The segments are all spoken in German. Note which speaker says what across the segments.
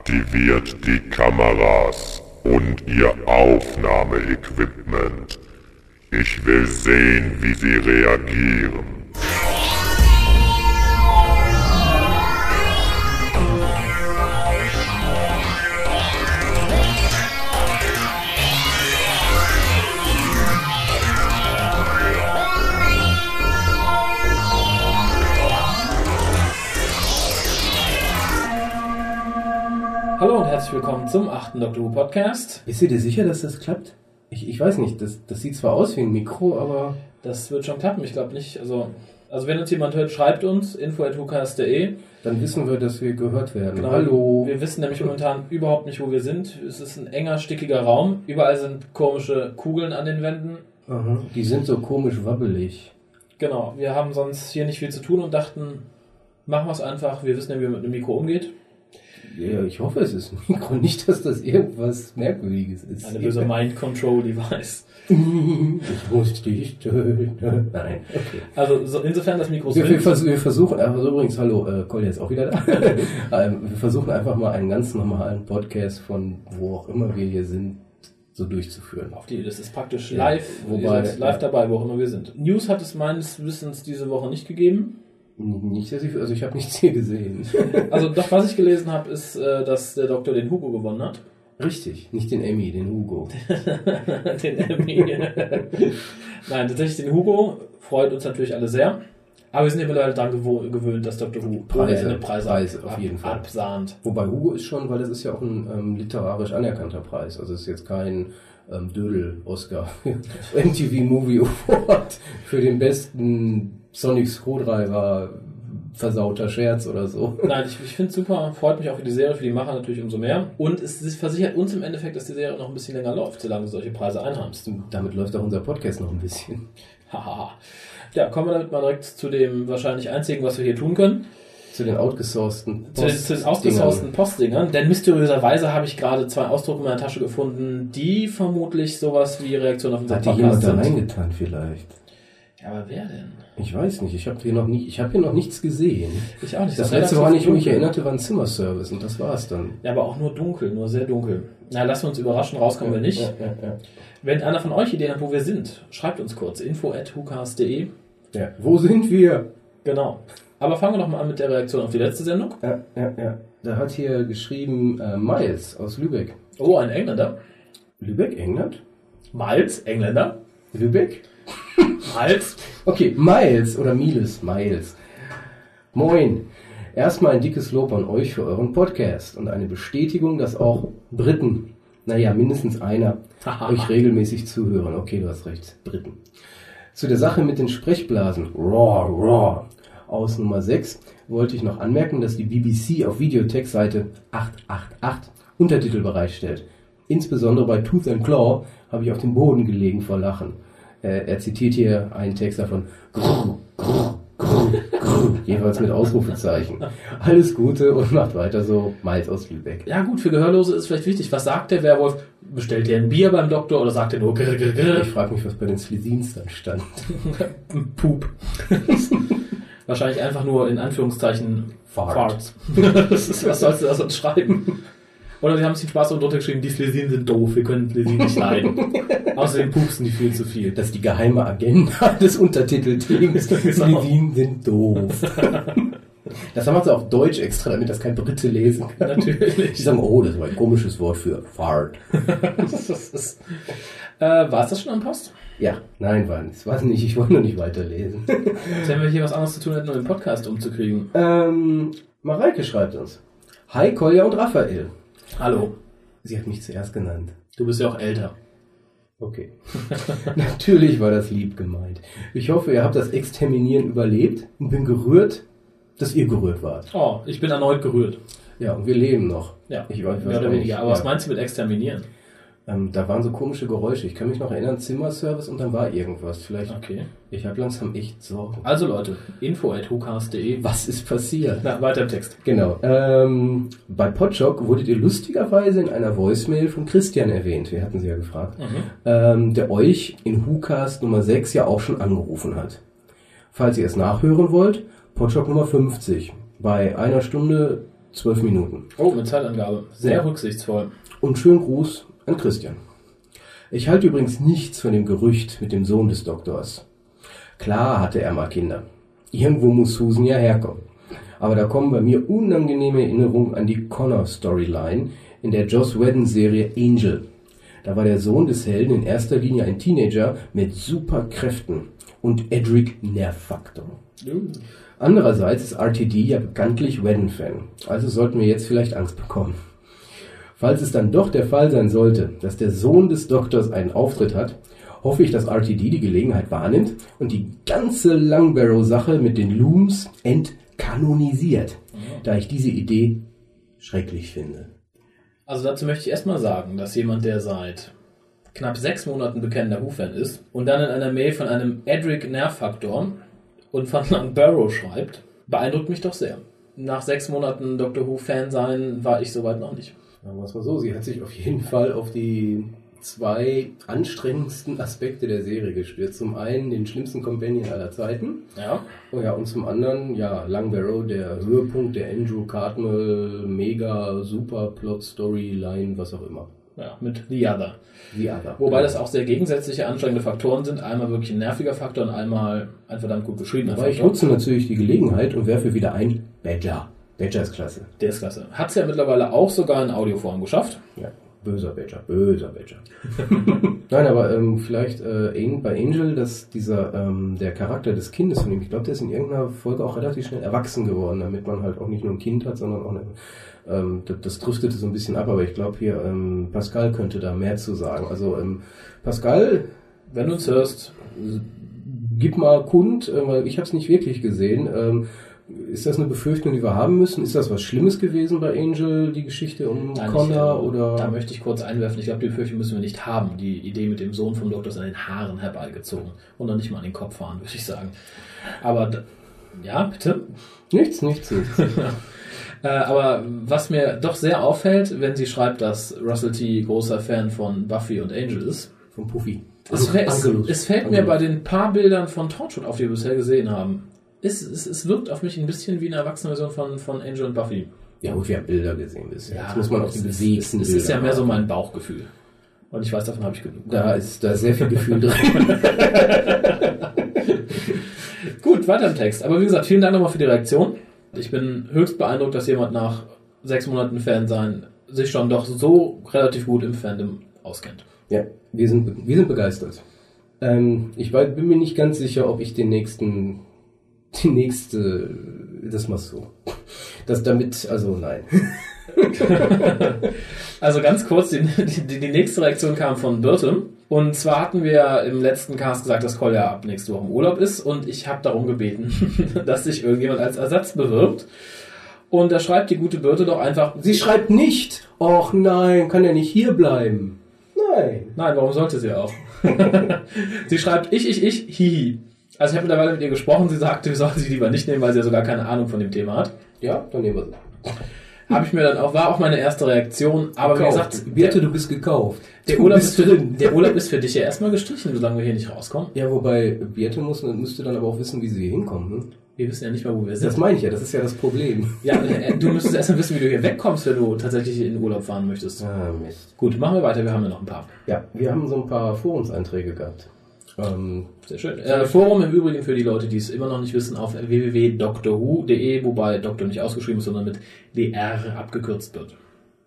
Speaker 1: Aktiviert die Kameras und ihr Aufnahmeequipment. Ich will sehen, wie sie reagieren.
Speaker 2: Hallo und herzlich willkommen zum 8. Doctor Who Podcast.
Speaker 3: Bist du dir sicher, dass das klappt? Ich, ich weiß nicht, das, das sieht zwar aus wie ein Mikro, aber
Speaker 2: Das wird schon klappen, ich glaube nicht. Also, also wenn uns jemand hört, schreibt uns info.hukas.de.
Speaker 3: dann wissen wir, dass wir gehört werden.
Speaker 2: Genau.
Speaker 3: Hallo.
Speaker 2: Ähm, Wir wissen nämlich momentan überhaupt nicht, wo wir sind. Es ist ein enger, stickiger Raum. Überall sind komische Kugeln an den Wänden.
Speaker 3: Aha. Die sind so komisch wabbelig.
Speaker 2: Genau, wir haben sonst hier nicht viel zu tun und dachten, machen wir es einfach. Wir wissen ja, wie man mit einem Mikro umgeht.
Speaker 3: Ja, ich hoffe, es ist ein Mikro, nicht, dass das irgendwas Merkwürdiges ist.
Speaker 2: Eine böse Mind Control Device.
Speaker 3: ich muss dich töten. Nein. Okay.
Speaker 2: Also so, insofern das Mikro
Speaker 3: Wir, wir,
Speaker 2: ist.
Speaker 3: vers wir versuchen einfach übrigens, hallo, äh, Kolja ist auch wieder da. ähm, wir versuchen einfach mal einen ganz normalen Podcast von wo auch immer wir hier sind, so durchzuführen.
Speaker 2: Auf die, das ist praktisch
Speaker 3: Ja,
Speaker 2: live,
Speaker 3: wobei-
Speaker 2: ihr seid live dabei, wo auch immer wir sind. News hat es meines Wissens diese Woche nicht gegeben.
Speaker 3: Nicht, dass ich, also ich habe nichts hier gesehen.
Speaker 2: Also doch, was ich gelesen habe, ist, äh, dass der Doktor den Hugo gewonnen hat.
Speaker 3: Richtig, nicht den Emmy, den Hugo.
Speaker 2: den Emmy. Nein, tatsächlich den Hugo freut uns natürlich alle sehr. Aber wir sind ja mittlerweile daran gewo- gewöhnt, dass Dr. Who
Speaker 3: Preise,
Speaker 2: ohne Ende Preise,
Speaker 3: Preise, auf jeden Fall.
Speaker 2: absahnt.
Speaker 3: Wobei Hugo ist schon, weil das ist ja auch ein ähm, literarisch anerkannter Preis. Also es ist jetzt kein ähm, Dödel-Oscar, MTV Movie Award für den besten Sonic Screwdriver versauter Scherz oder so.
Speaker 2: Nein, ich, ich finde es super, freut mich auch für die Serie, für die Macher natürlich umso mehr. Und es, es versichert uns im Endeffekt, dass die Serie noch ein bisschen länger läuft, solange du solche Preise einheimst.
Speaker 3: Damit läuft auch unser Podcast noch ein bisschen.
Speaker 2: Hahaha. ja, kommen wir damit mal direkt zu dem wahrscheinlich einzigen, was wir hier tun können.
Speaker 3: Zu den outgesourcten
Speaker 2: Zu den, zu den ausgesourceten Postdingern, denn mysteriöserweise habe ich gerade zwei Ausdrucke in meiner Tasche gefunden, die vermutlich sowas wie Reaktion auf unseren
Speaker 3: Hat die jemand
Speaker 2: Podcast
Speaker 3: da
Speaker 2: sind.
Speaker 3: reingetan vielleicht?
Speaker 2: Ja, aber wer denn?
Speaker 3: Ich weiß nicht, ich habe hier, noch nie- ich hab hier noch nichts gesehen.
Speaker 2: Ich auch nicht.
Speaker 3: Das
Speaker 2: ist relativ
Speaker 3: letzte, woran ich mich
Speaker 2: dunkel.
Speaker 3: erinnerte, war ein Zimmerservice und das war's dann.
Speaker 2: Ja, aber auch nur dunkel, nur sehr dunkel. Na, lassen wir uns überraschen, rauskommen wir nicht.
Speaker 3: Ja, ja, ja.
Speaker 2: Wenn einer von euch Ideen hat, wo wir sind, schreibt uns kurz. info at hukas.de.
Speaker 3: Ja. Wo sind wir?
Speaker 2: Genau. Aber fangen wir doch mal an mit der Reaktion auf die letzte Sendung.
Speaker 3: Ja, ja, ja. Da hat hier geschrieben äh, Miles aus Lübeck.
Speaker 2: Oh, ein Engländer.
Speaker 3: Lübeck, England?
Speaker 2: Miles, Engländer.
Speaker 3: Lübeck?
Speaker 2: Miles.
Speaker 3: Okay, Miles oder Miles, Miles. Moin. Erstmal ein dickes Lob an euch für euren Podcast und eine Bestätigung, dass auch Briten, naja, mindestens einer, euch regelmäßig zuhören. Okay, du hast recht, Briten. Zu der Sache mit den Sprechblasen, raw, raw, aus Nummer 6, wollte ich noch anmerken, dass die BBC auf Videotext-Seite 888 Untertitel bereitstellt. Insbesondere bei Tooth and Claw habe ich auf dem Boden gelegen vor Lachen. Äh, er zitiert hier einen Text davon, grrr, grrr, grrr, grrr, jeweils mit Ausrufezeichen. Alles Gute und macht weiter so, Miles aus Lübeck.
Speaker 2: Ja gut, für Gehörlose ist vielleicht wichtig. Was sagt der Werwolf? Bestellt er ein Bier beim Doktor oder sagt er nur grr, grr, grr?
Speaker 3: Ich frage mich, was bei den Slesins dann stand.
Speaker 2: Poop. Wahrscheinlich einfach nur in Anführungszeichen
Speaker 3: Fart.
Speaker 2: Farts. das ist, was sollst du da sonst schreiben? Oder sie haben sich den Spaß drunter geschrieben, die Flesinen sind doof, wir können Flesinen nicht leiden. Außerdem pupsen die viel zu viel.
Speaker 3: Das ist die geheime Agenda des Untertitelteams.
Speaker 2: Genau.
Speaker 3: Die Wien sind doof. Das haben wir so auf Deutsch extra, damit das kein Brite lesen kann. Die
Speaker 2: Natürlich.
Speaker 3: sagen, oh, das war ein komisches Wort für Fart.
Speaker 2: Das ist, äh, war es das schon am Post?
Speaker 3: Ja, nein, war nicht. Weiß nicht, ich wollte nur nicht weiterlesen.
Speaker 2: Als wenn wir hier was anderes zu tun hätten, um den Podcast umzukriegen.
Speaker 3: Ähm, Mareike schreibt uns. Hi, Kolja und Raphael.
Speaker 2: Hallo,
Speaker 3: Sie hat mich zuerst genannt.
Speaker 2: du bist ja auch älter.
Speaker 3: Okay. Natürlich war das lieb gemeint. Ich hoffe, ihr habt das Exterminieren überlebt und bin gerührt, dass ihr gerührt wart.
Speaker 2: Oh, ich bin erneut gerührt.
Speaker 3: Ja, und wir leben noch.
Speaker 2: Ja,
Speaker 3: ich weiß, ich weiß
Speaker 2: mehr oder
Speaker 3: auch nicht.
Speaker 2: weniger. Aber
Speaker 3: ja.
Speaker 2: was meinst du mit exterminieren?
Speaker 3: Ähm, da waren so komische Geräusche. Ich kann mich noch erinnern, Zimmerservice und dann war irgendwas. Vielleicht,
Speaker 2: Okay.
Speaker 3: ich habe langsam echt Sorgen.
Speaker 2: Also Leute, info.hucast.de.
Speaker 3: Was ist passiert?
Speaker 2: Na, weiter im Text.
Speaker 3: Genau. Ähm, bei Podshock wurdet ihr lustigerweise in einer Voicemail von Christian erwähnt. Wir hatten sie ja gefragt.
Speaker 2: Mhm.
Speaker 3: Ähm, der euch in WhoCast Nummer 6 ja auch schon angerufen hat. Falls ihr es nachhören wollt, Podshock Nummer 50. Bei einer Stunde Zwölf Minuten.
Speaker 2: Oh, eine Zeitangabe. Sehr
Speaker 3: Ja.
Speaker 2: rücksichtsvoll.
Speaker 3: Und schönen Gruß an Christian. Ich halte übrigens nichts von dem Gerücht mit dem Sohn des Doktors. Klar hatte er mal Kinder. Irgendwo muss Susan ja herkommen. Aber da kommen bei mir unangenehme Erinnerungen an die Connor-Storyline in der Joss Whedon-Serie Angel. Da war der Sohn des Helden in erster Linie ein Teenager mit Superkräften und Edric Nerfaktor. Andererseits ist RTD ja bekanntlich Whedon-Fan, also sollten wir jetzt vielleicht Angst bekommen. Falls es dann doch der Fall sein sollte, dass der Sohn des Doktors einen Auftritt hat, hoffe ich, dass RTD die Gelegenheit wahrnimmt und die ganze Langbarrow-Sache mit den Looms entkanonisiert, da ich diese Idee schrecklich finde.
Speaker 2: Also dazu möchte ich erstmal sagen, dass jemand, der seit knapp sechs Monaten bekennender Who-Fan ist und dann in einer Mail von einem Edric Nervfaktor und von einem Barrow schreibt, beeindruckt mich doch sehr. Nach sechs Monaten Doctor Who-Fan sein war ich soweit noch nicht.
Speaker 3: Sagen wir es mal so, sie hat sich auf jeden Fall auf die zwei anstrengendsten Aspekte der Serie gestürzt. Zum einen den schlimmsten Companion aller Zeiten
Speaker 2: Ja.
Speaker 3: Oh ja, und zum anderen, ja, Langbarrow, der Höhepunkt der Andrew Cardinal, mega, super Plot, Storyline, was auch immer.
Speaker 2: ja mit The Other.
Speaker 3: The Other. Genau.
Speaker 2: Wobei das auch sehr gegensätzliche anstrengende Faktoren sind. Einmal wirklich ein nerviger Faktor und einmal ein verdammt gut geschriebener
Speaker 3: Aber ich
Speaker 2: Faktor.
Speaker 3: nutze natürlich die Gelegenheit und werfe wieder ein Badger. Badger ist klasse.
Speaker 2: Der ist klasse. Hat es ja mittlerweile auch sogar in Audioform geschafft.
Speaker 3: Ja, böser Badger, böser Badger. Nein, aber ähm, vielleicht äh, in- bei Angel, dass dieser, ähm, der Charakter des Kindes von ihm, ich glaube, der ist in irgendeiner Folge auch relativ schnell erwachsen geworden, damit man halt auch nicht nur ein Kind hat, sondern auch eine, ähm, das, das driftete so ein bisschen ab, aber ich glaube hier, ähm, Pascal könnte da mehr zu sagen. Also ähm, Pascal,
Speaker 2: Wenn du uns hörst,
Speaker 3: gib mal kund, äh, weil ich habe es nicht wirklich gesehen. Ähm, ist das eine Befürchtung, die wir haben müssen? Ist das was Schlimmes gewesen bei Angel, die Geschichte um
Speaker 2: Nein, ich,
Speaker 3: Connor
Speaker 2: äh,
Speaker 3: oder?
Speaker 2: Da möchte ich kurz einwerfen. Ich glaube, die Befürchtung müssen wir nicht haben. Die Idee mit dem Sohn vom Doktor ist an den Haaren herbeigezogen und noch nicht mal an den Kopf fahren, würde ich sagen. Aber d- ja, bitte.
Speaker 3: Nichts, nichts, nichts.
Speaker 2: Äh, aber was mir doch sehr auffällt, wenn sie schreibt, dass Russell T. großer Fan von Buffy und Angel ist,
Speaker 3: Vom Puffy. Also
Speaker 2: es, fä- es,
Speaker 3: Angelus.
Speaker 2: es fällt mir
Speaker 3: Angelus.
Speaker 2: bei den paar Bildern von Torchwood auf, die wir bisher gesehen haben. Es, es, es wirkt auf mich ein bisschen wie eine erwachsene Version von, von Angel und Buffy.
Speaker 3: Ja, gut, wir haben Bilder gesehen bisher.
Speaker 2: Ja,
Speaker 3: Jetzt muss man auf die
Speaker 2: es- Es,
Speaker 3: bewegten
Speaker 2: es ist ja
Speaker 3: Bilder
Speaker 2: mehr so
Speaker 3: achten.
Speaker 2: mein Bauchgefühl. Und ich weiß, davon habe ich genug.
Speaker 3: Da ist, da ist sehr viel Gefühl drin.
Speaker 2: Gut, weiter im Text. Aber wie gesagt, vielen Dank nochmal für die Reaktion. Ich bin höchst beeindruckt, dass jemand nach sechs Monaten Fan sein sich schon doch so relativ gut im Fandom auskennt.
Speaker 3: ja, wir sind, wir sind begeistert. Ähm, ich wei- bin mir nicht ganz sicher, ob ich den nächsten, die nächste, das machst so. Das damit, also nein.
Speaker 2: Also ganz kurz, die, die, die nächste Reaktion kam von Birte. Und zwar hatten wir im letzten Cast gesagt, dass Kolja ab nächste Woche im Urlaub ist. Und ich habe darum gebeten, dass sich irgendjemand als Ersatz bewirbt. Und da schreibt die gute Birte doch einfach,
Speaker 3: Sie schreibt nicht, och nein, kann er nicht hier bleiben. Nein.
Speaker 2: Nein, warum sollte sie auch? sie schreibt ich, ich, ich, hihi. Also ich habe mittlerweile mit ihr gesprochen, sie sagte, wir sollen sie lieber nicht nehmen, weil sie ja sogar keine Ahnung von dem Thema hat.
Speaker 3: Ja, dann nehmen wir sie.
Speaker 2: Habe ich mir dann auch, war auch meine erste Reaktion, aber wie gesagt,
Speaker 3: Birte, du bist gekauft.
Speaker 2: der,
Speaker 3: Du
Speaker 2: Urlaub ist
Speaker 3: bist
Speaker 2: für, der Urlaub ist für dich ja erstmal gestrichen, solange wir hier nicht rauskommen.
Speaker 3: Ja, wobei Birte muss, müsste dann aber auch wissen, wie sie hier hinkommen. Ne?
Speaker 2: Wir wissen ja nicht mal, wo wir
Speaker 3: Das
Speaker 2: sind.
Speaker 3: meine ich ja, das ist ja das Problem.
Speaker 2: Ja, äh, du müsstest erstmal wissen, wie du hier wegkommst, wenn du tatsächlich in den Urlaub fahren möchtest.
Speaker 3: Ah, Mist.
Speaker 2: Gut, machen wir weiter, wir haben ja noch ein paar.
Speaker 3: Ja, wir haben so ein paar Forumseinträge gehabt. Ähm,
Speaker 2: Sehr schön. Äh, Forum im Übrigen für die Leute, die es immer noch nicht wissen, auf www.drhu.de, wobei Doktor nicht ausgeschrieben ist, sondern mit DR abgekürzt wird.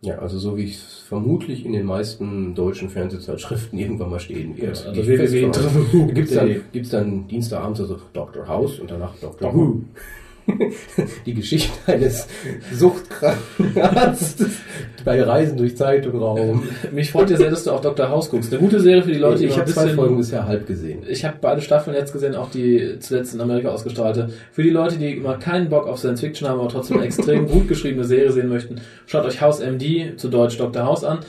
Speaker 3: ja, also so wie ich es vermutlich in den meisten deutschen Fernsehzeitschriften irgendwann mal stehen wird.
Speaker 2: Ja, also
Speaker 3: Gehe ich
Speaker 2: www.
Speaker 3: fest voraus. Da gibt's
Speaker 2: www.drhu.de.
Speaker 3: dann, gibt's dann Dienstagabends also Dr. House und danach Dr. Who. Die Geschichte eines suchtkranken Arztes bei Reisen durch Zeit und Raum.
Speaker 2: Mich freut ja sehr, dass du auch Dr. House guckst. Eine gute Serie für die Leute, die
Speaker 3: Ähm, ich
Speaker 2: mal
Speaker 3: habe zwei Folgen bisher halb gesehen.
Speaker 2: Ich habe beide Staffeln jetzt gesehen, auch die zuletzt in Amerika ausgestrahlte. Für die Leute, die immer keinen Bock auf Science Fiction haben, aber trotzdem eine extrem gut geschriebene Serie sehen möchten, schaut euch House MD, zu Deutsch Dr. House an.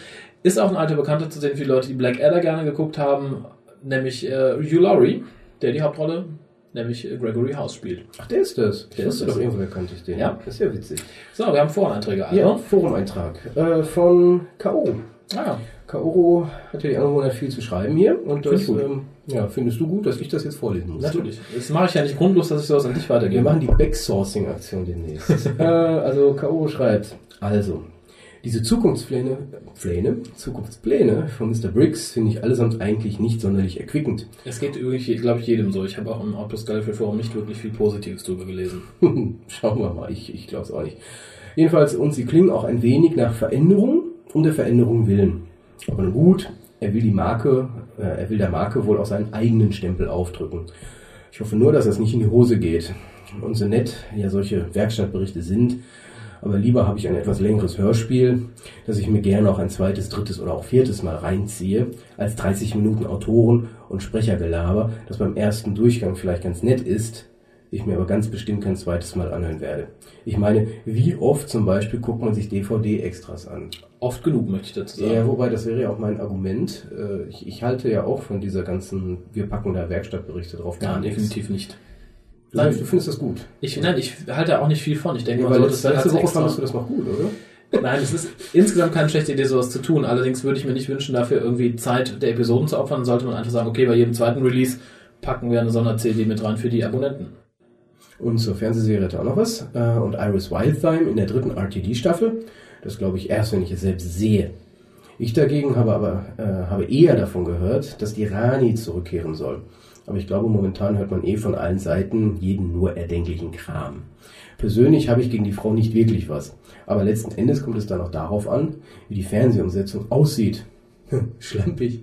Speaker 2: Ist auch ein alter Bekannter zu sehen für die Leute, die Blackadder gerne geguckt haben, nämlich äh, Hugh Laurie, der die Hauptrolle, nämlich äh, Gregory House spielt.
Speaker 3: Ach, der ist das.
Speaker 2: Der
Speaker 3: Der
Speaker 2: ist
Speaker 3: ist
Speaker 2: das.
Speaker 3: doch irgendwoher kannte ich den.
Speaker 2: Ja.
Speaker 3: das ist ja witzig.
Speaker 2: So, wir haben Voreinträge, also.
Speaker 3: Ja, Forumeintrag äh, von K.O.
Speaker 2: Ah,
Speaker 3: Kaoru hat ja die Angewohnheit, viel zu schreiben hier. Und das
Speaker 2: Finde ich gut.
Speaker 3: ähm, ja, findest du gut, dass ich das jetzt vorlesen muss.
Speaker 2: natürlich. Das mache ich ja nicht grundlos, dass ich sowas an dich
Speaker 3: Wir
Speaker 2: weitergebe.
Speaker 3: machen die Backsourcing-Aktion demnächst. äh, also K.O. schreibt, also, diese Zukunftspläne, Pläne, Zukunftspläne von Mr. Briggs finde ich allesamt eigentlich nicht sonderlich erquickend.
Speaker 2: Es geht übrigens, glaube ich, jedem so. Ich habe auch im Autos Gallifrey Forum nicht wirklich viel Positives drüber gelesen.
Speaker 3: Schauen wir mal, ich, ich glaube es auch nicht. Jedenfalls, und sie klingen auch ein wenig nach Veränderung, um der Veränderung willen. Aber nun gut, er will die Marke, äh, er will der Marke wohl auch seinen eigenen Stempel aufdrücken. Ich hoffe nur, dass das nicht in die Hose geht. Und so nett ja solche Werkstattberichte sind, aber lieber habe ich ein etwas längeres Hörspiel, das ich mir gerne auch ein zweites, drittes oder auch viertes Mal reinziehe, als 30 Minuten Autoren und Sprechergelaber, das beim ersten Durchgang vielleicht ganz nett ist, ich mir aber ganz bestimmt kein zweites Mal anhören werde. Ich meine, wie oft zum Beispiel guckt man sich DVD-Extras an?
Speaker 2: Oft genug, möchte ich dazu sagen.
Speaker 3: Ja, wobei, das wäre ja auch mein Argument. Äh, Ich, ich halte ja auch von dieser ganzen, wir packen da Werkstattberichte drauf,
Speaker 2: Nein,
Speaker 3: gar nichts.
Speaker 2: definitiv nicht.
Speaker 3: Nein, du findest das gut.
Speaker 2: Ich, nein, ich halte auch nicht viel von. Ich denke,
Speaker 3: Ja,
Speaker 2: man
Speaker 3: weil
Speaker 2: sollte es
Speaker 3: letzte,
Speaker 2: dann als
Speaker 3: letzte Woche
Speaker 2: extra...
Speaker 3: fandest du das noch gut, oder?
Speaker 2: Nein, es ist insgesamt keine schlechte Idee, sowas zu tun. Allerdings würde ich mir nicht wünschen, dafür irgendwie Zeit der Episoden zu opfern. Dann sollte man einfach sagen, okay, bei jedem zweiten Release packen wir eine Sonder-CD mit rein für die Abonnenten.
Speaker 3: Und zur Fernsehserie hat er auch noch was. Äh, Und Iris Wildthyme in der dritten RTD-Staffel. Das glaube ich erst, wenn ich es selbst sehe. Ich dagegen habe aber äh, habe eher davon gehört, dass die Rani zurückkehren soll. Aber ich glaube, momentan hört man eh von allen Seiten jeden nur erdenklichen Kram. Persönlich habe ich gegen die Frau nicht wirklich was. Aber letzten Endes kommt es dann auch darauf an, wie die Fernsehumsetzung aussieht. Schlampig.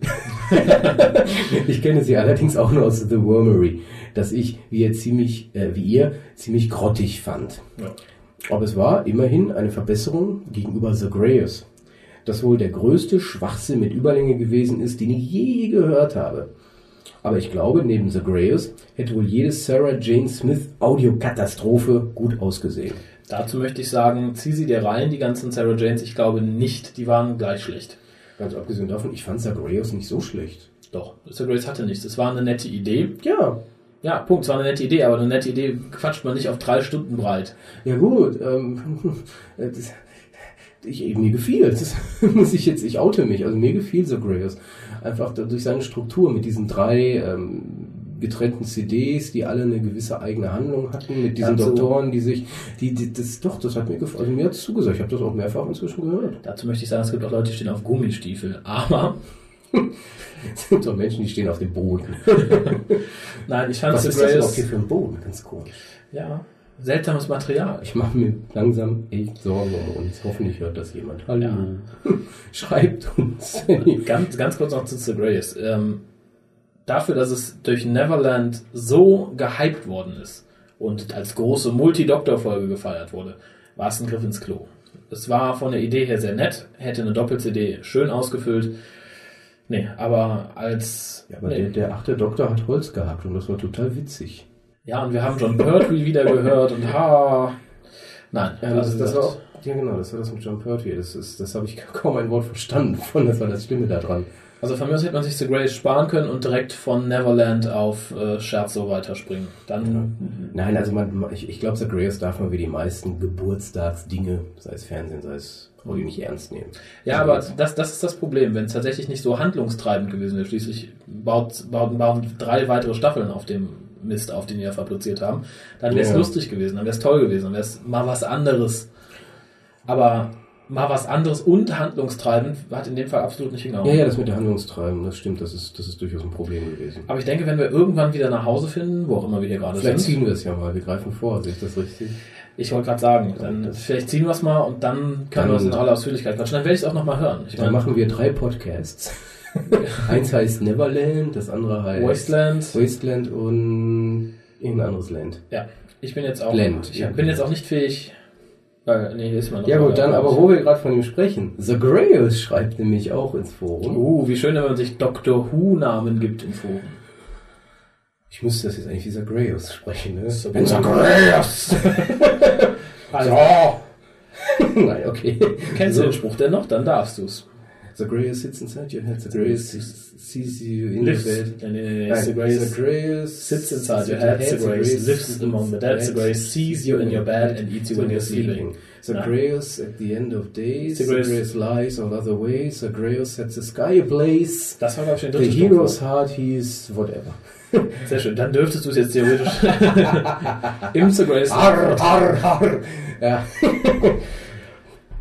Speaker 3: ich kenne sie allerdings auch nur aus The Wormery, das ich, wie ihr ziemlich, äh, wie ihr, ziemlich grottig fand.
Speaker 2: Ja.
Speaker 3: Aber es war immerhin eine Verbesserung gegenüber The Greyes, das wohl der größte Schwachsinn mit Überlänge gewesen ist, den ich je gehört habe. Aber ich glaube, neben The Greyes hätte wohl jede Sarah Jane Smith Audiokatastrophe gut ausgesehen.
Speaker 2: Dazu möchte ich sagen, zieh sie dir rein, die ganzen Sarah Janes. Ich glaube nicht, die waren gleich schlecht.
Speaker 3: Ganz abgesehen davon, ich fand The Greyes nicht so schlecht.
Speaker 2: Doch, Mr. Grace hatte nichts. Es war eine nette Idee.
Speaker 3: Ja,
Speaker 2: Ja, Punkt, es war eine nette Idee, aber eine nette Idee quatscht man nicht auf drei Stunden breit.
Speaker 3: Ja gut, ähm, das, ich, mir gefiel, das muss ich jetzt, ich oute mich, also mir gefiel The Greyers. Einfach da- durch seine Struktur mit diesen drei ähm, getrennten CDs, die alle eine gewisse eigene Handlung hatten, mit diesen
Speaker 2: Dazu-
Speaker 3: Doktoren, die sich, die, die, das doch, das hat mir gefallen, also mir hat es zugesagt, ich habe das auch mehrfach inzwischen gehört.
Speaker 2: Dazu möchte ich sagen, es gibt auch Leute, die stehen auf Gummistiefel. Aber,
Speaker 3: Es gibt auch Menschen, die stehen auf dem Boden.
Speaker 2: nein, ich fand
Speaker 3: Was
Speaker 2: The
Speaker 3: ist das überhaupt
Speaker 2: Grace.
Speaker 3: hier für ein Boden? Ganz komisch.
Speaker 2: Ja, seltsames Material.
Speaker 3: Ich mache mir langsam echt Sorgen um uns. Hoffentlich hört das jemand. Hallo.
Speaker 2: Ja.
Speaker 3: Schreibt uns.
Speaker 2: Ganz, ganz kurz noch zu The Grace. Ähm, dafür, dass es durch Neverland so gehypt worden ist und als große Multi-Doktor-Folge gefeiert wurde, war es ein Griff ins Klo. Es war von der Idee her sehr nett, hätte eine Doppel-CD schön ausgefüllt. Nee, aber als.
Speaker 3: Ja, aber
Speaker 2: nee.
Speaker 3: der, der achte Doktor hat Holz gehackt und das war total witzig.
Speaker 2: ja und wir haben John Pertwee wieder gehört und ha. Nein, also
Speaker 3: ja genau, das war das mit John Pertwee. Das, ist- das habe ich kaum ein Wort verstanden von, das war das Schlimme daran.
Speaker 2: Also von mir aus hätte man sich The Grace sparen können und direkt von Neverland auf äh, Scherzo weiterspringen. Dann
Speaker 3: Nein, also man, man- ich, ich glaube, The Grace darf man wie die meisten Geburtstagsdinge, sei es Fernsehen, sei es auch nicht ernst nehmen.
Speaker 2: Ja, aber das, das ist das Problem, wenn es tatsächlich nicht so handlungstreibend gewesen wäre. Schließlich baut, bauten, bauten drei weitere Staffeln auf dem Mist auf, den wir fabriziert haben. Dann wäre es
Speaker 3: Ja.
Speaker 2: lustig gewesen, dann wäre es toll gewesen, dann wäre es mal was anderes. Aber mal was anderes und handlungstreibend hat in dem Fall absolut nicht hingehauen.
Speaker 3: Ja, ja, das mit der Handlungstreiben, das stimmt, das ist, das ist durchaus ein Problem gewesen.
Speaker 2: Aber ich denke, wenn wir irgendwann wieder nach Hause finden, wo auch immer wir hier gerade
Speaker 3: Vielleicht
Speaker 2: sind,
Speaker 3: ziehen wir es ja mal, wir greifen vor, sehe ich das richtig?
Speaker 2: ich wollte gerade sagen,
Speaker 3: Ja,
Speaker 2: dann
Speaker 3: das-
Speaker 2: vielleicht ziehen wir es mal und dann können
Speaker 3: Dann-
Speaker 2: wir es in aller Ausführlichkeit quatschen. Dann werde ich es auch nochmal hören. Ich
Speaker 3: Dann
Speaker 2: meine,
Speaker 3: machen wir drei Podcasts. Eins heißt Neverland, das andere heißt
Speaker 2: Wasteland.
Speaker 3: Wasteland und irgendein anderes Land.
Speaker 2: Ja, ich bin jetzt auch.
Speaker 3: Blend,
Speaker 2: ich
Speaker 3: ja.
Speaker 2: bin jetzt auch nicht fähig. Weil, nee, hier ist man noch.
Speaker 3: Ja gut, dann aber
Speaker 2: hoch.
Speaker 3: wo wir gerade von ihm sprechen. The Grails schreibt nämlich auch ins Forum.
Speaker 2: Uh, wie schön, wenn man sich Dr. Who-Namen gibt im Forum.
Speaker 3: Ich müsste das jetzt eigentlich wie The Grails sprechen, ne?
Speaker 2: The
Speaker 3: Wenn Grails!
Speaker 2: Also,
Speaker 3: Nein, okay.
Speaker 2: kennst du den Spruch denn noch? Dann darfst du's.
Speaker 3: The Grails sits inside your head. ne? The Grails sees you in
Speaker 2: Lives.
Speaker 3: the bed.
Speaker 2: Nee, nee, nee,
Speaker 3: Nein,
Speaker 2: it's the grace.
Speaker 3: Grails
Speaker 2: Sits inside your head, the grace lives among the dead, the grace sees you in your bed and eats you when you're sleeping.
Speaker 3: The
Speaker 2: Ja.
Speaker 3: Grails at the end of days,
Speaker 2: The
Speaker 3: the
Speaker 2: Grails-
Speaker 3: Grails, lies all other ways, the Grails sets the sky ablaze,
Speaker 2: Das war, glaube ich, der
Speaker 3: the
Speaker 2: dritte
Speaker 3: hero's heart he's whatever.
Speaker 2: Strophe. Sehr schön. Dann dürftest du es jetzt theoretisch im The Grace.
Speaker 3: Arr, arr, arr. Ja.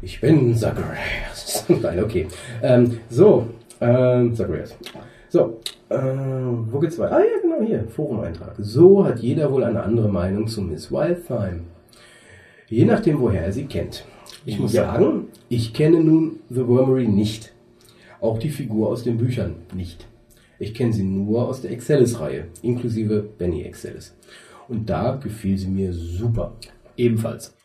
Speaker 3: ich bin the Grails. Nein, okay. Ähm, so, ähm, the Grails. So, äh, wo geht's weiter? Ah ja, genau hier, Forum-Eintrag. So hat jeder wohl eine andere Meinung zu Miss Wildthyme. Je nachdem, woher er sie kennt. Ich muss
Speaker 2: Ja.
Speaker 3: sagen, ich kenne nun The Wormery nicht. Auch die Figur aus den Büchern nicht. Ich kenne sie nur aus der Excelis-Reihe, inklusive Benny Excelis. Und da gefiel sie mir super.
Speaker 2: Ebenfalls.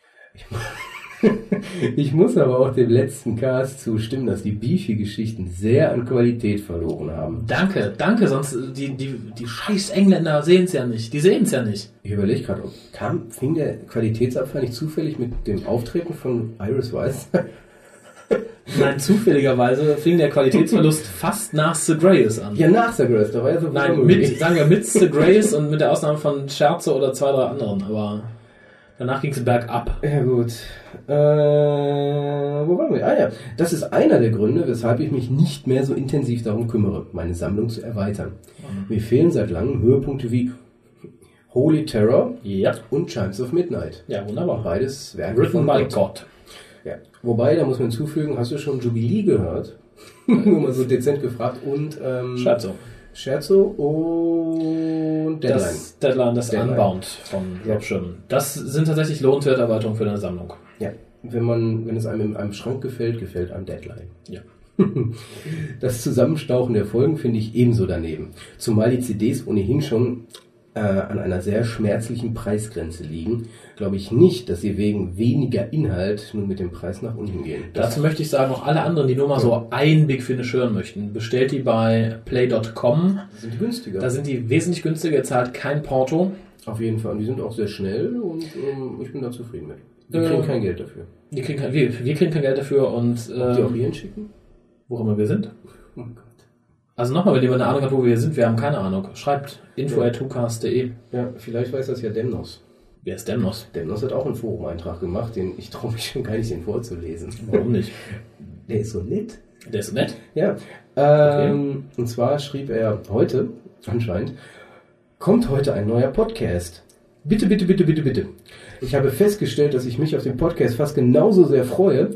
Speaker 3: Ich muss aber auch dem letzten Cast zustimmen, dass die Beefy-Geschichten sehr an Qualität verloren haben.
Speaker 2: Danke, danke, sonst äh, die, die, die scheiß Engländer sehen es ja nicht. Die sehen es ja nicht.
Speaker 3: Ich überlege gerade, ob kam, fing der Qualitätsabfall nicht zufällig mit dem Auftreten von Iris Weiss?
Speaker 2: Nein, zufälligerweise fing der Qualitätsverlust fast nach The Grace an.
Speaker 3: ja, nach der Grace, da war ja so
Speaker 2: Nein, mit, sagen wir mit The Grace und mit der Ausnahme von Scherze oder zwei, drei anderen, aber danach ging es bergab.
Speaker 3: Ja gut. Äh, wo waren wir? Ah ja, das ist einer der Gründe, weshalb ich mich nicht mehr so intensiv darum kümmere, meine Sammlung zu erweitern.
Speaker 2: Mhm.
Speaker 3: Mir fehlen seit langem Höhepunkte wie Holy Terror
Speaker 2: Ja.
Speaker 3: und Chimes of Midnight.
Speaker 2: Ja, wunderbar.
Speaker 3: Beides Werke
Speaker 2: Written
Speaker 3: von
Speaker 2: by
Speaker 3: Gott.
Speaker 2: God.
Speaker 3: Ja. Wobei, da muss man hinzufügen, hast du schon Jubilee gehört? Nur mal so dezent gefragt. Und ähm,
Speaker 2: Schreibt so.
Speaker 3: Scherzo und Deadline.
Speaker 2: Das Deadline, das
Speaker 3: Deadline.
Speaker 2: Unbound von
Speaker 3: Ja.
Speaker 2: Rob Schirm. Das sind tatsächlich lohnenswerte Erweiterungen für deine Sammlung.
Speaker 3: Ja. Wenn, man, wenn es einem in einem Schrank gefällt, gefällt einem Deadline.
Speaker 2: Ja.
Speaker 3: Das Zusammenstauchen der Folgen finde ich ebenso daneben. Zumal die CDs ohnehin schon äh, an einer sehr schmerzlichen Preisgrenze liegen, glaube ich nicht, dass sie wegen weniger Inhalt nun mit dem Preis nach unten gehen. Das,
Speaker 2: Dazu möchte ich sagen, auch alle anderen, die nur mal so ein Big Finish hören möchten, bestellt die bei play.com.
Speaker 3: sind die günstiger.
Speaker 2: Da sind die wesentlich günstiger, ihr zahlt kein Porto.
Speaker 3: Auf jeden Fall. Und die sind auch sehr schnell und ähm, ich bin da zufrieden mit. Wir
Speaker 2: Ähm,
Speaker 3: kriegen kein Geld dafür.
Speaker 2: Wir kriegen kein, wir, wir kriegen kein Geld dafür und
Speaker 3: Die auch
Speaker 2: äh,
Speaker 3: hierhin schicken?
Speaker 2: wo immer wir sind.
Speaker 3: Oh mein Gott.
Speaker 2: Also nochmal, wenn jemand eine Ahnung hat, wo wir sind, wir haben keine Ahnung. Schreibt info.tucast.de.
Speaker 3: Ja, vielleicht weiß das ja Demnos.
Speaker 2: Wer ist Demnos?
Speaker 3: Demnos hat auch einen Forum-Eintrag gemacht, den ich traue mich schon gar nicht, den vorzulesen.
Speaker 2: Warum nicht?
Speaker 3: Der ist so nett.
Speaker 2: Der ist nett.
Speaker 3: Ja. Ähm, Und zwar schrieb er heute, anscheinend, kommt heute ein neuer Podcast. Bitte, bitte, bitte, bitte, bitte. Ich habe festgestellt, dass ich mich auf den Podcast fast genauso sehr freue,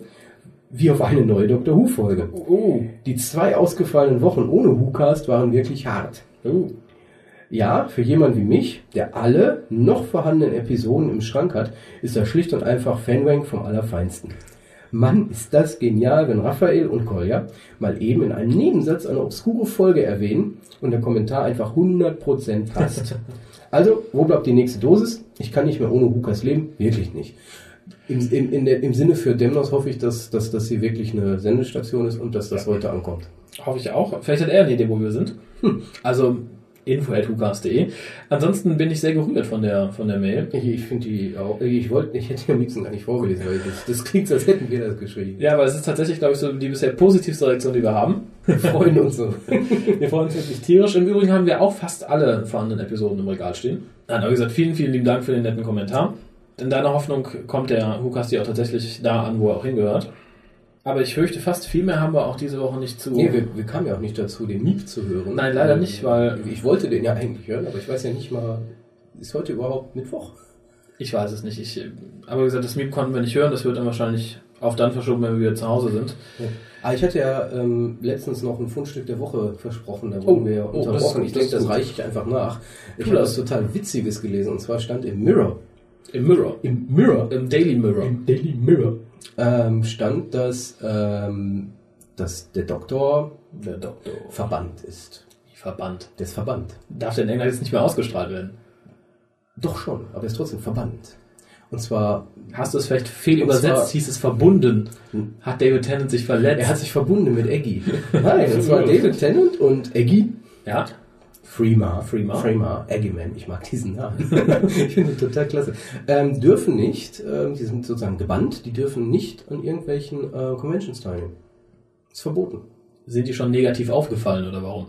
Speaker 3: wie auf eine neue Dr. Who-Folge.
Speaker 2: Oh.
Speaker 3: Die zwei ausgefallenen Wochen ohne WhoCast waren wirklich hart. Ja, für jemanden wie mich, der alle noch vorhandenen Episoden im Schrank hat, ist das schlicht und einfach Fanwang vom Allerfeinsten. Mann, ist das genial, wenn Raphael und Kolja mal eben in einem Nebensatz eine obskure Folge erwähnen und der Kommentar einfach 100% passt. also, wo bleibt die nächste Dosis? Ich kann nicht mehr ohne Hukas leben, wirklich nicht. Im, im, in der, Im Sinne für Demnos hoffe ich, dass, dass das hier wirklich eine Sendestation ist und dass das heute ankommt.
Speaker 2: Hoffe ich auch. Vielleicht hat er eine Idee, wo wir sind. Also info.hucast.de. Ansonsten bin ich sehr gerührt von der, von der Mail.
Speaker 3: Ich, ich finde die auch, ich wollte, ich hätte die am liebsten gar nicht vorgelesen, weil das, das klingt, als hätten wir das geschrieben.
Speaker 2: Ja, aber es ist tatsächlich, glaube ich, so die bisher positivste Reaktion, die wir haben.
Speaker 3: Wir freuen uns so.
Speaker 2: Wir freuen uns wirklich tierisch. Im Übrigen haben wir auch fast alle vorhandenen Episoden im Regal stehen. Nein, aber wie gesagt, vielen, vielen lieben Dank für den netten Kommentar. In deiner Hoffnung kommt der Hucast ja auch tatsächlich da an, wo er auch hingehört. Aber ich fürchte, fast viel mehr haben wir auch diese Woche nicht zu.
Speaker 3: Nee, wir, wir kamen ja auch nicht dazu, den Miep zu hören. Ähm,
Speaker 2: Nein, leider nicht, weil-
Speaker 3: Ich wollte den ja eigentlich hören, aber ich weiß ja nicht mal, ist heute überhaupt Mittwoch?
Speaker 2: Ich weiß es nicht. Ich, äh, aber wie gesagt, das Miep konnten wir nicht hören. Das wird dann wahrscheinlich auf dann verschoben, wenn wir wieder zu Hause sind.
Speaker 3: Ah, ich hatte ja ähm, letztens noch ein Fundstück der Woche versprochen, da wurden
Speaker 2: Oh,
Speaker 3: wir ja
Speaker 2: oh, das ist
Speaker 3: unterbrochen.
Speaker 2: gut,
Speaker 3: ich
Speaker 2: das
Speaker 3: denke,
Speaker 2: ist
Speaker 3: das
Speaker 2: gut.
Speaker 3: reiche ich einfach nach. Ich
Speaker 2: Tu
Speaker 3: habe
Speaker 2: das.
Speaker 3: was total Witziges gelesen, und zwar stand im Mirror.
Speaker 2: Im Mirror.
Speaker 3: Im Mirror?
Speaker 2: Im Daily Mirror.
Speaker 3: Im Daily Mirror. Ähm, stand, dass, ähm, dass der Doktor
Speaker 2: Der Doktor.
Speaker 3: verbannt ist.
Speaker 2: Verbannt.
Speaker 3: Der ist verbannt.
Speaker 2: Darf der in England jetzt nicht mehr ausgestrahlt werden?
Speaker 3: Doch schon, aber er ist trotzdem verbannt. Und zwar,
Speaker 2: Hast du es vielleicht fehl
Speaker 3: Und zwar-
Speaker 2: übersetzt? Hieß es verbunden?
Speaker 3: Hm.
Speaker 2: Hat David Tennant sich verletzt?
Speaker 3: er hat sich verbunden mit Eggy. Nein, und zwar David Tennant und Eggy.
Speaker 2: ja.
Speaker 3: Freema.
Speaker 2: Freema.
Speaker 3: Freema. Eggman, ich mag diesen Namen. ich finde ihn total klasse. Ähm, dürfen nicht, ähm, die sind sozusagen gebannt, die dürfen nicht an irgendwelchen äh, Conventions teilnehmen. Ist verboten.
Speaker 2: Sind die schon negativ aufgefallen oder warum?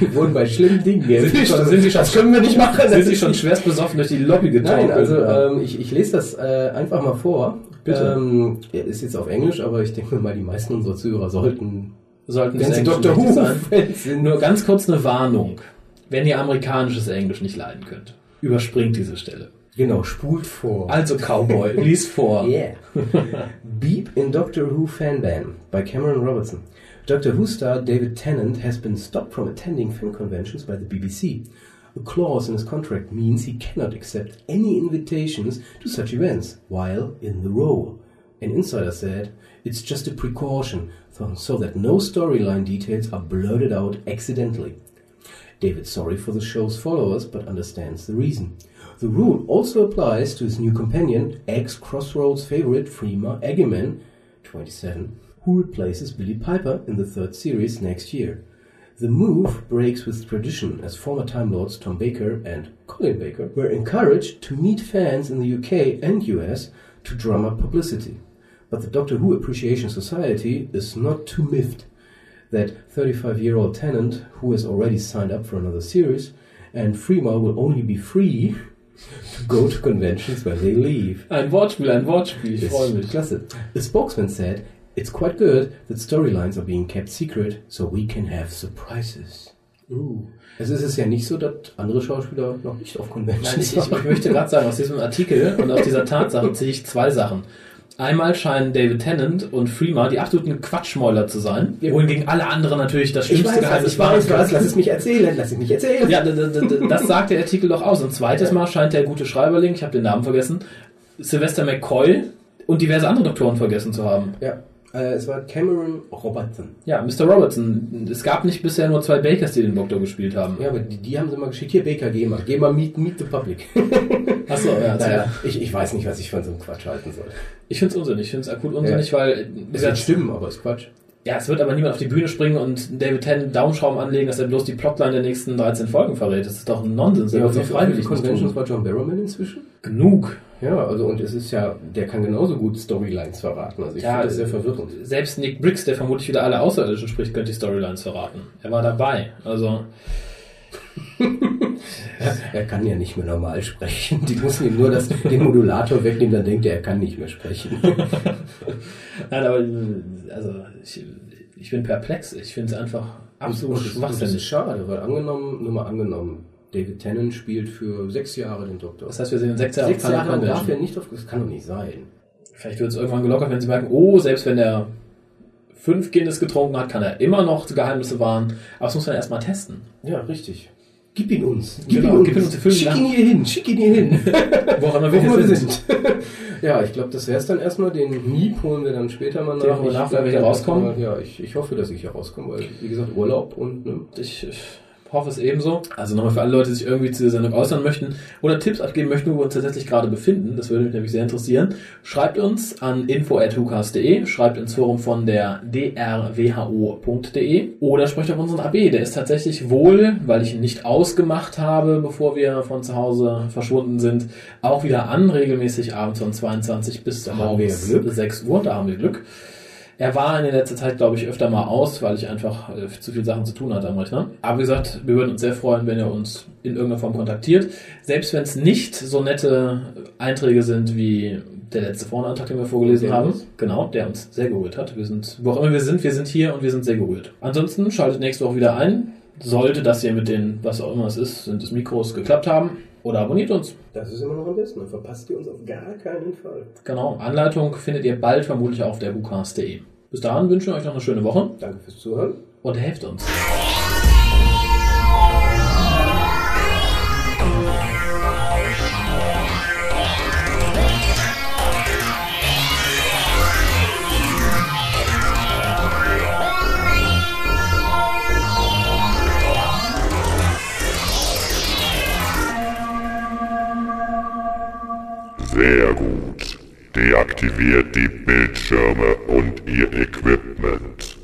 Speaker 3: Die wurden bei schlimmen Dingen
Speaker 2: Sind die schon- sind die schon-
Speaker 3: das können wir nicht machen. also,
Speaker 2: Sind sie schon schwerst besoffen durch die Lobby getan?
Speaker 3: Nein, also ähm, ich, ich lese das äh, einfach mal vor.
Speaker 2: Bitte.
Speaker 3: Ähm, er ist jetzt auf Englisch, aber ich denke mal, die meisten unserer Zuhörer sollten,
Speaker 2: Sollten
Speaker 3: wenn
Speaker 2: das
Speaker 3: sie
Speaker 2: Englisch
Speaker 3: Dr.
Speaker 2: mächtig
Speaker 3: Who
Speaker 2: sein.
Speaker 3: Fans sind,
Speaker 2: Nur ganz kurz eine Warnung. Wenn ihr amerikanisches Englisch nicht leiden könnt, überspringt diese Stelle.
Speaker 3: genau, spult vor.
Speaker 2: Also Cowboy, lies vor.
Speaker 3: Yeah. Beep in Doctor Who fan ban by Cameron Robertson. Doctor Who star David Tennant has been stopped from attending fan conventions by the BBC. A clause in his contract means he cannot accept any invitations to such events while in the role. An insider said, It's just a precaution so- so that no storyline details are blurted out accidentally. David's sorry for the show's followers, but understands the reason. The rule also applies to his new companion, ex Crossroads favorite Freema Eggeman, 27, who replaces Billy Piper in the third series next year. The move breaks with tradition, as former Time Lords Tom Baker and Colin Baker were encouraged to meet fans in the UK and US to drum up publicity. But the Doctor Who Appreciation Society is not too miffed that 35 year old tenant who has already signed up for another series, and Freema will only be free to go to conventions when they leave.
Speaker 2: Ein Wortspiel, ein Wortspiel. Ich
Speaker 3: Yes,
Speaker 2: freue mich.
Speaker 3: Klasse. The spokesman said, It's quite good that storylines are being kept secret, so we can have surprises. Also es ist ja nicht so, dass andere Schauspieler noch nicht auf
Speaker 2: Nein,
Speaker 3: Conventions
Speaker 2: ich, ich, ich möchte gerade sagen, aus diesem Artikel und aus dieser Tatsache ziehe ich zwei Sachen. Einmal scheinen David Tennant und Freema die absoluten Quatschmäuler zu sein,
Speaker 3: Ja.
Speaker 2: wohingegen alle anderen natürlich das
Speaker 3: Ich
Speaker 2: schlimmste
Speaker 3: weiß was,
Speaker 2: Geheimnis
Speaker 3: ich weiß
Speaker 2: wahren
Speaker 3: was, lass es mich erzählen, lass es mich erzählen.
Speaker 2: Ja, d- d- d- das sagt der Artikel doch aus. Und zweites Mal scheint der gute Schreiberling, ich habe den Namen vergessen, Sylvester McCoy und diverse andere Doktoren vergessen zu haben.
Speaker 3: ja. Äh, es war Cameron Robertson.
Speaker 2: Ja, Mr. Robertson. Es gab nicht bisher nur zwei Bakers, die den Doktor gespielt haben.
Speaker 3: Ja, aber die, die haben sie mal geschickt. Hier, Baker, geh mal. Geh mal meet, meet the public.
Speaker 2: Achso, ja.
Speaker 3: Naja,
Speaker 2: ja.
Speaker 3: ich, ich weiß nicht, was ich von so einem Quatsch halten soll.
Speaker 2: Ich finde es unsinnig. Ich finde es akut unsinnig, weil wie
Speaker 3: Das wird
Speaker 2: gesagt,
Speaker 3: stimmen, aber ist Quatsch.
Speaker 2: ja, es wird aber niemand auf die Bühne springen und David Tennant Daumenschrauben anlegen, dass er bloß die Plotline der nächsten 13 Folgen verrät. Das ist doch ein Nonsens. Er wird doch freiwillig nicht tun.
Speaker 3: war John Barrowman inzwischen?
Speaker 2: Genug.
Speaker 3: Ja, also und es ist ja, der kann genauso gut Storylines verraten. Also ich
Speaker 2: Ja,
Speaker 3: finde das sehr verwirrend.
Speaker 2: Selbst Nick Briggs, der vermutlich wieder alle Außerirdischen spricht, könnte die Storylines verraten. Er war dabei. Also,
Speaker 3: Er kann ja nicht mehr normal sprechen. Die müssen ihm nur das, den Modulator wegnehmen, dann denkt er, er kann nicht mehr sprechen.
Speaker 2: nein, aber äh, also ich, ich bin perplex. Ich finde es einfach absolut
Speaker 3: Und das- Das ist
Speaker 2: schwachsinnig.
Speaker 3: schade, weil angenommen, nur mal angenommen, David Tennant spielt für sechs Jahre den Doktor.
Speaker 2: Das heißt, wir sehen in sechs Jahren
Speaker 3: sechs
Speaker 2: auf keiner
Speaker 3: Jahre lang darf
Speaker 2: Convention.
Speaker 3: er nicht auf, das kann doch nicht sein.
Speaker 2: Vielleicht wird es irgendwann gelockert, wenn sie merken, oh, selbst wenn er fünf Guinness getrunken hat, kann er immer noch Geheimnisse wahren. Aber das muss man erstmal testen.
Speaker 3: Ja, richtig. Gib ihn uns. Gib,
Speaker 2: Genau,
Speaker 3: ihn, uns.
Speaker 2: gib ihn uns die fünf
Speaker 3: Schick
Speaker 2: Jahre.
Speaker 3: ihn hier hin. Schick ihn hier hin.
Speaker 2: Wo auch immer
Speaker 3: Wo
Speaker 2: wir
Speaker 3: wir
Speaker 2: hier sind.
Speaker 3: sind. ja, ich glaube, das wäre es dann erstmal. Den Miep holen wir dann später mal nach.
Speaker 2: Den holen wir
Speaker 3: Ich
Speaker 2: nach,
Speaker 3: glaub,
Speaker 2: wenn wir hier
Speaker 3: dann-
Speaker 2: rauskommen.
Speaker 3: Ja, ich, ich hoffe, dass ich hier rauskomme, weil, wie gesagt, Urlaub und... Ne?
Speaker 2: Ich äh, hoffe es ebenso. Also nochmal für alle Leute, die sich irgendwie zu dieser Sendung äußern möchten oder Tipps abgeben möchten, wo wir uns tatsächlich gerade befinden. Das würde mich nämlich sehr interessieren. Schreibt uns an info.hukas.de, schreibt ins Forum von der drwho.de oder sprecht auf unseren AB. Der ist tatsächlich wohl, weil ich ihn nicht ausgemacht habe, bevor wir von zu Hause verschwunden sind, auch wieder an, regelmäßig abends von 22 bis
Speaker 3: Da haben wir
Speaker 2: morgens
Speaker 3: Glück.
Speaker 2: 6 Uhr. Da haben wir Glück. Er war in der letzten Zeit, glaube ich, öfter mal aus, weil ich einfach äh, zu viele Sachen zu tun hatte am Rechner. Aber wie gesagt, wir würden uns sehr freuen, wenn ihr uns in irgendeiner Form kontaktiert. Selbst wenn es nicht so nette Einträge sind wie der letzte Forenantrag, den wir vorgelesen
Speaker 3: Der
Speaker 2: haben.
Speaker 3: uns.
Speaker 2: Genau, der uns sehr gerührt hat. Wir sind, wo auch immer wir sind, wir sind hier und wir sind sehr gerührt. Ansonsten schaltet nächste Woche wieder ein. Sollte das hier mit den, was auch immer es ist, sind des Mikros geklappt haben. Oder abonniert uns.
Speaker 3: Das ist immer noch am besten. Dann verpasst ihr uns auf gar keinen Fall.
Speaker 2: Genau, Anleitung findet ihr bald vermutlich auf der bukas.de. Bis dahin wünschen wir euch noch eine schöne Woche
Speaker 3: Danke fürs Zuhören.
Speaker 2: und helft uns.
Speaker 1: Sehr gut. Deaktiviert die Bildschirme und ihr Equipment.